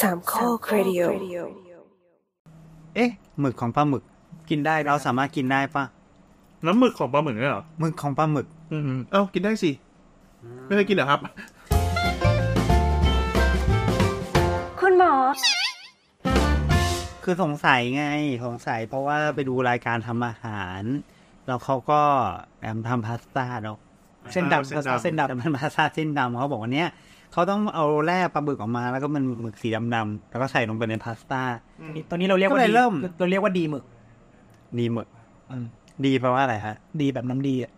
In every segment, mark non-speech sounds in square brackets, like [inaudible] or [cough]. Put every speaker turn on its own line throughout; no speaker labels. สามข้อครดิโอ
เอ๊ะหมึกของปลาหมึก กินได้เราสามารถกินได้ปะ
น้ำหมึกของปลาหมึกเนี่ยเหรอ
หมึกของปลาหมึก
อืมเอ้ากินได้สิ ไม่เคยกินเหรอครับ
คุณหมอ
คือสงสัยไงสงสัยเพราะว่าไปดูรายการทำอาหาร แล้วเขาก็แอมทำพาสต้าเนาะเส้นดำ
เส้นดำ
เส้นดำมันพาสต้าเส้นดำเขาบอกว่าเนี้ยเขาต้องเอาแร่ปลาบึกออกมาแล้วก็มันหมึกสีดำๆแล้วก็ใส่ลงไปในพาสต้า
ตอนนี้เราเรียกว่า
ก็เลย
ดี
เริ่ม
เราเรียกว่าดีหมึก
ดีหมึก
อืม
ดีแปลว่าอะไรฮะ
ดีแบบน้ำดีอะ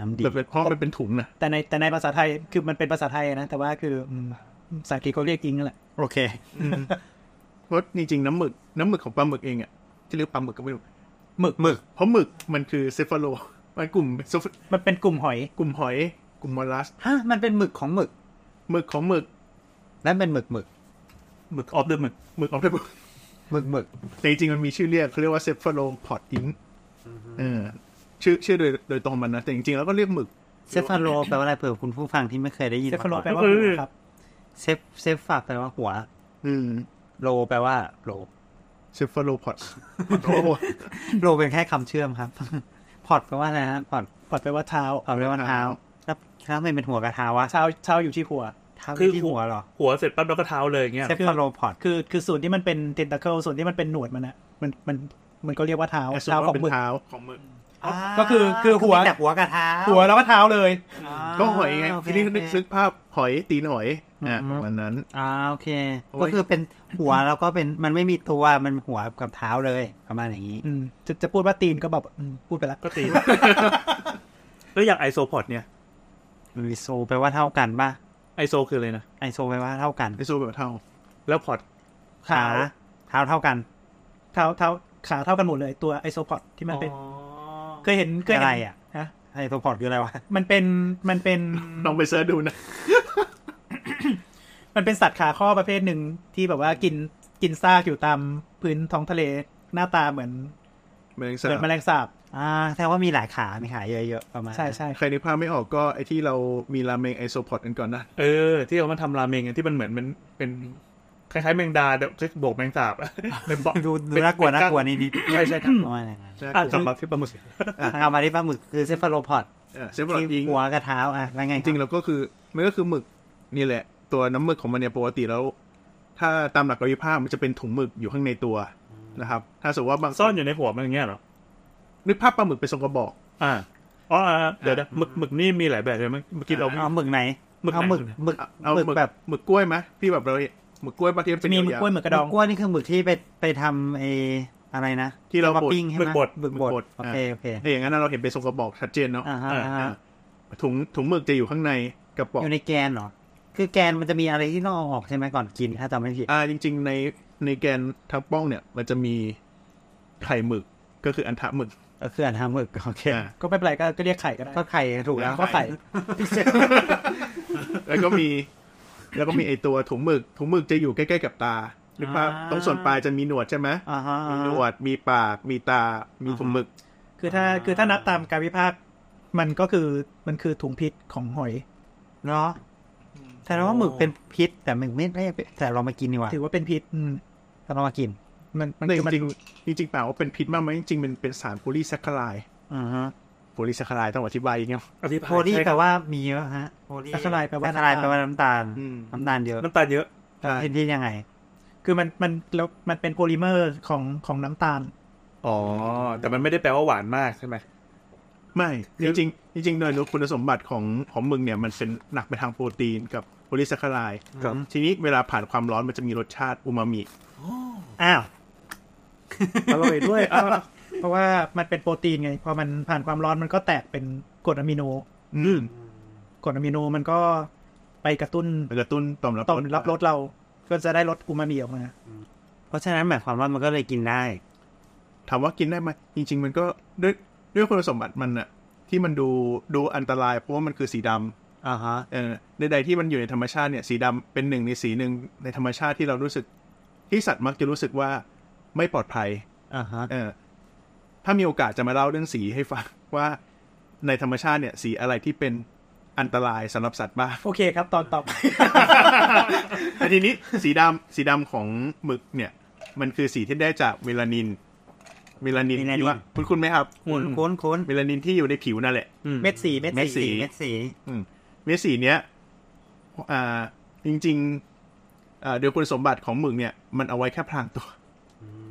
น้ำดี
แต่เป็นเพราะมันเป็นถุงนะ
แต่ในแต่ในภาษาไทยคือมันเป็นภาษาไทยนะ แต่ว่าคืออืมภาษาอังกฤษเขาเรียกจริงนั่นแหละ
โอเค
เพราะจริงๆน้ำหมึกน้ำหมึกของปลาหมึกเองอ่ะที่เรียกปลาหมึกก็ไม่รู้
หมึก
หมึก
เพราะหมึกมันคือเซฟาโลมันกลุ่ม
มันเป็นกลุ่มหอย
กลุ่มหอย กลุ่มมอลลัส
ฮะ มันเป็นหมึกของหมึก
หมึกของหมึก
นั่นเป็นหมึกหมึก
หมึกออฟเดอะหมึกหมึกออฟเดอะหมึก
หมึกหมึก
แต่จริงๆมันมีชื่อเรียกเขาเรียกว่าเซฟาโลพอดอิงเออชื่อชื่อโดยโดยตรงมันนะแต่จริงๆแล้วก็เรียกหมึก
เซฟาโลแปลว่าอะไรเผื่อคุณผู้ฟังที่ไม่เคยได้ยิน
เซฟาโล
มา
แปล
ก่อน
ว่า
เออ
หัวครับ
เซฟเซฟฝากแปลว่าหัว
อืม
โลแปลว่าโล
เซฟาโลพอด
โลเป็นแค่คำเชื่อมครับ [laughs] พอดแปลว่าอะไรฮะพอด
ปัดไปว่าเท้า
พอดแปลว่าเท้าแล้วถ้าไม่เป็นหัวกับเท้าวะ
เท้าเท้าอยู่ที่หัว
เท้า
คือ
ที่หัวเหรอ
[laughs] หัวเสร็จปั๊บแล้วก็เท้าเลยอย่างเงี้ย
เซฟาโลพอด
คือคือส่วนที่มันเป็นเทนตาเคิลส่วนที่มันเป็นหนวดมันอะมันมันมันก็เรียกว่าเท้า
เอา
เท้าของ
เป็น
หมึก
เท้าของหมึก
ก็คือคือหัว
มีแต่หัวกับเท้า
หัวแล้วก็เท้าเลย
อ่า
ก็หอยไง
โเค
ทีนี้นึก
โอเค
ซึกภาพหอยตีนหอยอ่ะ
อืม
ประมาณนั้น
อ่าโอเค
โอ้ย
ก็คือเป็นหัวแล้วก็เป็นมันไม่มีตัวมันหัวกับเท้าเลยประมาณอย่างนี้
อืมจะจะพูดว่าตีนก็แบบอืมพูดไปละ
ก็ตีน แล้วอย่างไอโซพอดเนี่ย
มันมีโซแปลว่าเท่ากันป่ะ
ไอโซคืออะไรนะ
ไอโซแปลว่าเท่ากัน
ไอโซแบบเท่า
แล้วพอด
ขาเท้าเท่ากัน
เท้าเท้าขาเท่ากันหมดเลยตัวไอโซพอดที่มันเป็นเคยเห็นเคยเห็น
อะไรอะ
ฮะ
ไอโซพอดคืออะไรวะ
มันเป็นมันเป็น
ลองไปเสิร์ชดูนะ
มันเป็นสัตว์ขาข้อประเภทหนึ่งที่แบบว่ากินกินซากอยู่ตามพื้นท้องทะเลหน้าตาเหมือน
แมลง
เห
สา
มือน
บ
แมลงสาบ
อ่าแสดงว่ามีหลายขา มีขาเยอะๆ ประมาณ
ใช่ใช่
ใครนึกภาพไม่ออกก็ไอที่เรามีราเมงไอโซพอดกันก่อนนะ
เออ ที่เขามาทำราเมงกันที่มันเหมือนมันเป็นคล้ายๆแมงดาแต่โบกแมงสาบอะ [laughs] เป็นเบาะ
ดูดู
เป็
น่ากลัว
เป็
น่ากลัว
ง
นิด
ใช่ใช่ครับ
ๆประมาณอย่างนั้น
[laughs]
อ่ะกลับมาที่ปลาหมึก
ทางมาที่ปลาหมึกคือเซฟาโลพอด
เซฟาโล
ที่
ยิง
หัวกับเท้าอ่ะแล้วไง
จริงๆแล้วก็คือมันก็คือหมึกนี่แหละ ตัวน้ำหมึกของมันเนี่ยปกติแล้ว ถ้าตามหลักกายภาพมันจะเป็นถุงหมึกอยู่ข้างในตัวนะครับ ถ้าสมมติว่าบาง
ซ่อนอยู่ในหัวมันอย่างเงี้ยเหรอ
นึกภาพปลาหมึกเป็นทรงกระบอก
อ่าอ๋ออ่าเดี๋ยวนะหมึกหมึกนี่มีหลายแบบใช่ไหมเมื่อกี้เรา
เอาหมึกไหน
หมึกไหน
เอาหมึกหมึก
เอา
หมึกแบบ
หมึกกล้วยไหมที่แบบเราหมึกกล้วยบางทีน
จะ
เป็น
มีหมึก
ยาวๆ
กล้วยหมึกกระดอ
ห
ง
มึกล้วยนี่คือหมึกที่ไปไปทำเออะไรนะ
ที่เรา
ม
บด
ปิ้งใช่ไห
หมึ
ม
กบด
หมึกบ
หมึกบ
ด
ด
โอเคโอเค
เอ้ยอย่างนั้นนะเราเห็นเป็นทรงกระบอกชัดเจนเนาะ
อ่าฮะอ่าฮะ
ถุงถุงหมึกจะอยู่ข้างในกระป๋อง
อยู่ในแกนเหรอ คือแกนมันจะมีอะไรที่ต้องเอาออกใช่ไหมก่อนกินถ้าจำไม่ผิด
อ่าจริง ๆ ในในแกนทับป้องเนี่ย มันจะมีไข่หมึกก็คืออันทะหมึก [laughs]
ก็คืออันทำหมึกโอเค
อ่า
ก็ไม่เป็นไรก็ก็เรียกไข่ก็ได้
ก็ไข่ถูกแล้ว
ก็ไข่
แล้วก็มี แล้วก็มีไอตัวถุงหมึกถุงหมึกจะอยู่ใกล้ๆกับตาหรือว่าตรงส่วนปลายจะมีหนวดใช่ไหม
อ่าฮะ
มี
อ่า
หน
ฮะ
วดมีปากมีตา มีถุงหมึก
คือถ้าคือถ้านับตามการวิพากษ์มันก็คือมันคือถุงพิษของหอย
เนาะแสดงว่าหมึกเป็นพิษ แต่หมึกไม่ได้เป็นแต่เรามากินดีกว่า
ถือว่าเป็นพิษอืม
แต่เรามากิน
มันมัน
แต่
คือมัน
จริงๆจริงๆเปล่าว่าเป็นพิษมากไหมจริงๆมันเป็นสารโพลีแซคคาไลด์
อือฮะ
โพลีแซคคาไลด์ต้องอธิบายอย่างเงี้ย
อธิบาย
โพลี
ใช่
แปลว่ามีเยอะฮะโพลี
แซคคาไลด์แปลว่า
แซคคาไลด์แปลว่าน้ำตาล
อืม
น้ำตาลเยอะ
น้ำตาลเยอะ
ใช่
ที่ที่ยังไง
คือมันมันแล้วมันเป็นโพลิเมอร์ของของน้ำตาล
อ๋อ แต่มันไม่ได้แปลว่าหวานมากใช่ไหม
ไม่จริงๆจริงๆโดยคุณสมบัติของของหมึกเนี่ยมันเป็นหนักไปทางโปรตีนกับโพลีแซคคาไลด์
ครับ
ทีนี้เวลาผ่านความร้อนมันจะมีรสชาติอูมามิ
อ้าว
อร่อยด้วยอ่ะ
[laughs] เพราะว่ามันเป็นโปรตีนไง พอมันผ่านความร้อนมันก็แตกเป็นกรดอะมิโน
อืม
กรดอะมิโนมันก็ไปกระตุ้น
มันกระตุ้นต่อมรับ
ต่อมรับรสเรา ก็จะได้รสอูมามิออกมา
เพราะฉะนั้นหมายความว่ามันก็เลยกินได้
ถามว่ากินได้ไหมจริง ๆ มันก็ด้วยด้วยคุณสมบัติมันอะที่มันดูดูอันตรายเพราะว่ามันคือสีดำ
อ่าฮะ
เออใดๆที่มันอยู่ในธรรมชาติเนี่ยสีดำเป็นหนึ่งในสีหนึ่งในธรรมชาติที่เรารู้สึก ที่สัตว์มักจะรู้สึกว่าไม่ปลอดภัย
อ่าฮะ
เออ [laughs] ถ้ามีโอกาสจะมาเล่าเรื่องสีให้ฟัง ว่าในธรรมชาติเนี่ย สีอะไรที่เป็น อันตรายสำหรับสัตว์มาก
โอเคครับ ตอนต่อไป
[laughs] แต่ทีนี้สีดำสีดำของหมึกเนี่ย มันคือสีที่ได้จากเมลานิน เมลานิน
เมลานิน
ที่ว่าคุณคุณไหมครับ
[laughs]
คุ้นคุ้นคุ้น
เมลานินที่อยู่ในผิวนั่นแหละ
อืม
เม็ดสีเม็ด
เม็ดสี
สี
เม็ดสี
อืมเมดสีเนี้ยอ่าจริงๆอ่าโดยคุณสมบัติของหมึกเนี่ย มันเอาไว้แค่พรางตัว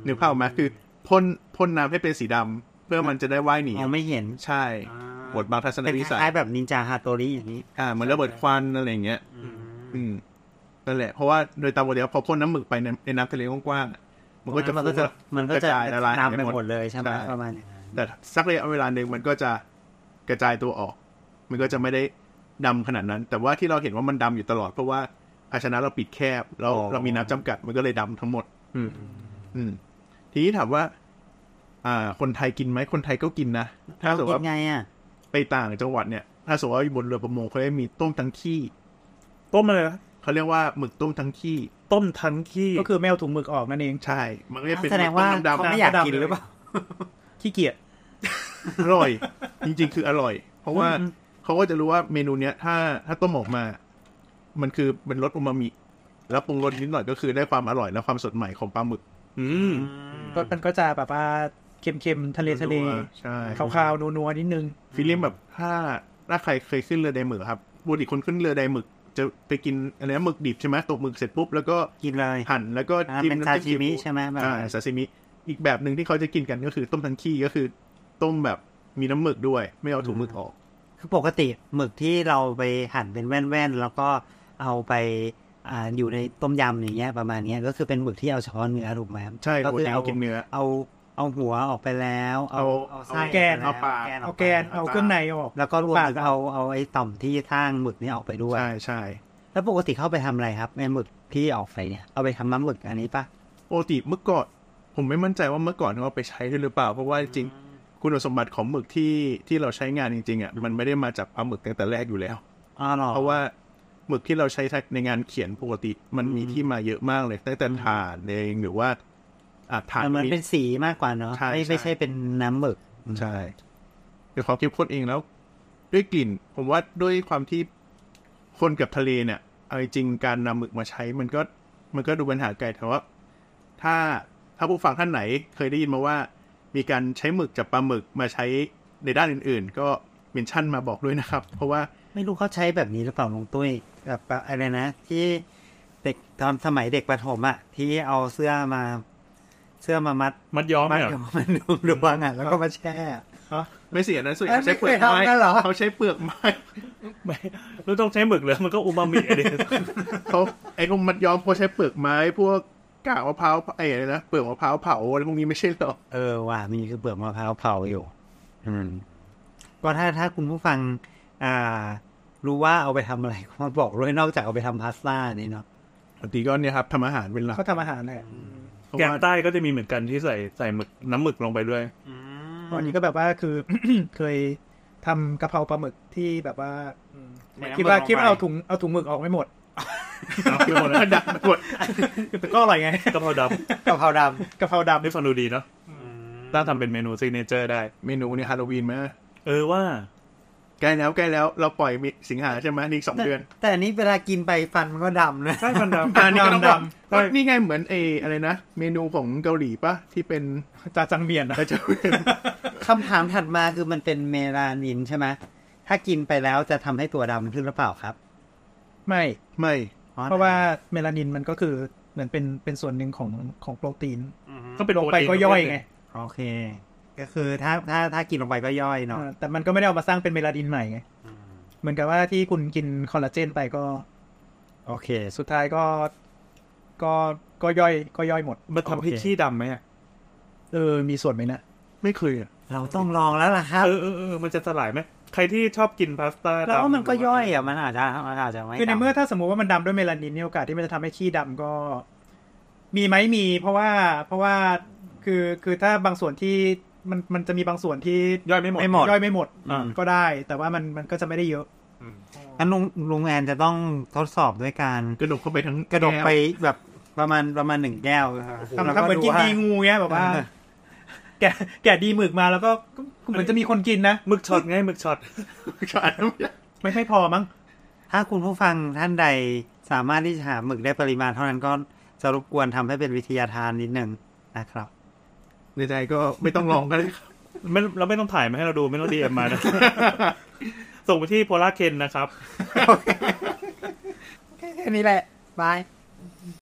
นึกภาพออกไหมาคือพ่นพ่นน้ำให้เป็นสีดำเพื่อมันจะได้ว่ายหนี
ยังไม่เห็น
ใช่บทบางทัศน
เป็น
วิ
ค
สัย
ล้ายๆแบบนินจาฮาโตริอย่างนี้
อ่าเหมือนระเบิดควันอะไรอย่างเงี้ย อืมนั่นแหละ เพราะว่าโดยตามปกติแล้วพอพ่นน้ำหมึกไปในในน้ำทะเลกว้างๆอะมันก็จะ
มันก็จะ
ฟุ้งแล้ว
มันก็จะ
ระจายละลาย
ตามไป
ไป
ห
ห
ม
ม
ด
ด
เลยใช่ไหม
ใช่
ประมาณอย่างนั้น
แต่สักระยะเวลาหนึ่งมันก็จะกระจายตัวออก มันก็จะไม่ได้ดำขนาดนั้น แต่ว่าที่เราเห็นว่ามันดำอยู่ตลอด เพราะว่าภาชนะเราปิดแคบเราเรามีน้ำจำกัด มันก็เลยดำทั้งหมด
อืม
อืม ทีนี้ถามว่า อ่า คนไทยกินไหมคนไทยก็กินนะถ้าสมมติ
คิด
ว่า
ไงอ่ะ
ไปต่างจังหวัดเนี่ย ถ้าสมมติว่าอยู่บนเรือประมงเขาจะมีต้มทั้งขี้
ต้มอะไรนะ
เขาเรียกว่าหมึกต้มทั้งขี้
ต้มทั้งขี้
ก็คือแมวถุงหมึกออกนั่นเอง
ใช่ มันก็จะเป็น
แสดงว่า
ต้มน้ำดำ
เขาไม่อยากกินหรือเปล่า
ขี้เกียจ
อร่อย จริง ๆ คืออร่อย เพราะว่าเขาก็จะรู้ว่าเมนูเนี้ย ถ้าถ้าต้มออกมา มันคือเป็นรสอูมามิ แล้วปรุงรสนิดหน่อยก็คือได้ความอร่อยและความสดใหม่ของปลาหมึก
อืม
รสมันก็จะแบบว่าเค็มๆ ทะเลทะเล
ใช่
ขาวๆ นัวๆ นิดนึง
ฟีลลิ่งแบบถ้าถ้าใครเคยขึ้นเรือไดหมึกครับบุติคนขึ้นเรือไดหมึก จะไปกินอะไรนะหมึกดิบใช่ไหมตกหมึกเสร็จปุ๊บแล้วก็
กินเลย
หั่นแล้วก็
อ่า
จิ้ม
เป็นซา
น้ำ
ชิ
จิ้ม
มิ
ซีฟู้ด
ใช่ไหมแบบ
อ่าซาซิมิอีกแบบหนึ่งที่เขาจะกินกันก็คือ ต้มทันขี้ก็คือ ต้มแบบมีน้ำหมึกด้วย ไม่เอาถุงหมึกออก
คือปกติหมึกที่เราไปหั่นเป็นแว่นๆ แล้วก็เอาไปอ่าอยู่ในต้มยำอย่างเงี้ยประมาณเนี้ยก็คือเป็นหมึกที่เอาช้อนเนื้อถูกไหมครับ
ใช่
ก็คือ
โปรตีน
เอา
กินเนื้อ
เอาเอาหัวออกไปแล้ว เอา
เอา
เอาไส้
เอาแกน
ไปล้ว
เอาปาก
แน
เอา
ไป
แกน เอาเครื่องในออก
แล้วก็รวม
ปาก
ถึงเอาเอาไอ้ต่อมที่ข้างหมึกนี้ออกไปด้วย
ใช่ใช่
แล้วปกติเข้าไปทำอะไรครับในหมึกที่ออกไปเนี่ยเอาไปทำน้ำหมึกอันนี้ปะ
ปกติเมื่อก่อนผมไม่มั่นใจว่าเมื่อก่อนเอาไปใช้ด้วยหรือเปล่า เพราะว่าจริงๆคุณสมบัติของหมึกที่ที่เราใช้งานจริงๆอ่ะมันไม่ได้มาจากปลาหมึกตั้งแต่แรกอยู่แล้ว
อ๋อหรอ
เพราะว่าหมึกที่เราใช้ในงานเขียนปกติมันมีที่มาเยอะมากเลยตั้งแต่ฐานเองหรือว่าอ่ะฐาน
มันเหมือนเป็นสีมากกว่าเนาะ
ใช่
ไม่
ใช่
ไม่ใช่เป็นน้ำหมึก
ใช่ในความเข้มข้นเองแล้ว ด้วยกลิ่น ผมว่าด้วยความที่คนกับทะเลเนี่ยเอาจริงๆการนำหมึกมาใช้มันก็มันก็ดูปัญหาไกลแต่ว่า ถ้าถ้าผู้ฟังท่านไหนเคยได้ยินมาว่า มีการใช้หมึกจากปลาหมึกมาใช้ในด้านอื่น ๆ ก็เมนชั่นมาบอกด้วยนะครับ เพราะว่า
ไม่รู้เขาใช้แบบนี้หรือเปล่าลุงตุ้ยแบบอะไรนะ ที่เด็กตอนสมัยเด็กประถมอะที่เอาเสื้อมา เสื้อมามัด
มัดย้อม
มัด
เนี่ย
กับมันดูดวงอะแล้วก็มาแช่
ไม่เสียนะส่วนใหญ่
เอ้ย
เขาใช้เปลื
ไม่เคยทำ
อกไม้
กันเหรอ
เขาใช้เปลือกไม้
ไม่แล้วต้องใช้หมึกเหรอมันก็อูมามิ [laughs] อะดิ
เขาไอ้พวกมัดย้อมเขาใช้เปลือกไม้ พวกกากมะพร้าวไอ้อะไรนะเปลือกมะพร้าวเผาอะไรพวกนี้ไม่ใช่เหรอ
เออว่ะมีคือเปลือกมะพร้าวเผาอยู่อืมก็ถ้าถ้าคุณผู้ฟัง อ่า รู้ว่าเอาไปทำอะไรก็มาบอกด้วยนอกจากเอาไปทำพาสต้านี่เนาะ
ปกติก็เนี่ยครับทำอาหารเป็นหลัก
เขาทำอาหารแหละ
เพราะ
แกง
ว่า
ใต้ก็จะมีเหมือนกันที่ใส่ใส่หมึกน้ำหมึกลงไปด้วย
วันนี้ก็แบบว่าคือ [coughs] เคยทำกะเพราปลาหมึกที่แบบว่าอืมคิดว่าคิดว่าเอาถุงเอาถุงหมึกออกไม่หมด
คือหมดแล้วดักหมด
แต่ก็อร่อยไง
กะเพราด
กะเพราด
กะเพราดำ
ำนี่ฟังดูดีเนาะตั้งทำเป็นเมนูซิกเนเจอร์ได้
เมนูเนี่ยฮาโลวีนไหม
เออว่า
ใกล้แล้วใกล้แล้วเราปล่อยมิสิงหาใช่ไหมนี่อีกสองเดือน
ำแต่อันนี้เวลากินไปฟันมันก็ดำนะ
ใช่ฟันดำ
อันนี้ก็ต้องบอก
ใช่
นี่ไงเหมือนเออะไรนะ เมนูของเกาหลีปะที่เป็น
จาจังเมียนนะ
กระเจ้าเวียน
คำถามถัดมาคือมันเป็นเมลานินใช่ไหม ถ้ากินไปแล้วจะทำให้ตัวดำขึ้นหรือเปล่าครับ
ไม่
ไม่
เพราะว่าเมลานินมันก็คือเหมือนเป็นเป็นส่วนหนึ่งของของโปรตีน
ต้องเป็น
ล
โป
ง
ร
ไป
ตีน
ก็ย่อยไง
โอเค ก็คือถ้าถ้าถ้ากินลงไปก็ย่อยเนาะ
อ่าแต่มันก็ไม่ได้เอามาสร้างเป็นเมลานินใหม่ไงเหมือนกับว่าที่คุณกินคอลลาเจนไปก็
โอเค
สุดท้ายก็ ก็ก็ย่อยก็ย่อยหมด
มันทำให้
โอเค
ขี้ดำไหมอะ
เออมีส่วนไหมนะ
ไม่เคยอะ
เราต้องลองแล้วล่ะครับ
เออเออเออมันจะสลายไหมใครที่ชอบกินพาสต้าดำ
แล้วมันก็ย่อยอ่ะ มันอาจจะมันอาจจะไม่
คือในเมื่อถ้าสมมุติว่ามันดำด้วยเมลานินเนี่ยโอกาสที่มันจะทำให้ขี้ดำก็ มีไหมมี เพราะว่าเพราะว่าคือคือถ้าบางส่วนที่มันมันจะมีบางส่วนที่
ย่อยไม่หมด
ไม่หมด
ย่อยไม่หมด
อ่า
ก็ได้ แต่ว่ามันมันก็จะไม่ได้เยอะ
อันลุงลุงแอนจะต้องทดสอบด้วยการ
กระดกเข้าไปทั้ง
กระดกไป
แว
แบบประมาณประมาณหนึ่งแก้ว
ทำทำเหมือนกินดีงูเงี้ยแบบว่า แกะแกะดีหมึกมาแล้วก็ก็เหมือนจะมีคนกินนะ
หมึกช็อตไงหมึกช็อต
ขาดน้ำยา
ไม่ไม่พอมั้ง
ถ้าคุณผู้ฟังท่านใดสามารถที่จะหาหมึกได้ปริมาณเท่านั้นก็จะรบกวนทำให้เป็นวิทยาทานนิดนึงนะครับ
ในใจก็ไม่ต้องลองก็ได้ครับ
ไม่เราไม่ต้องถ่ายมาให้เราดูไม่ต้องดีเอ็มมานะ ส่งไปที่โพลาเคนนะครับ
แค่นี้แหละ บาย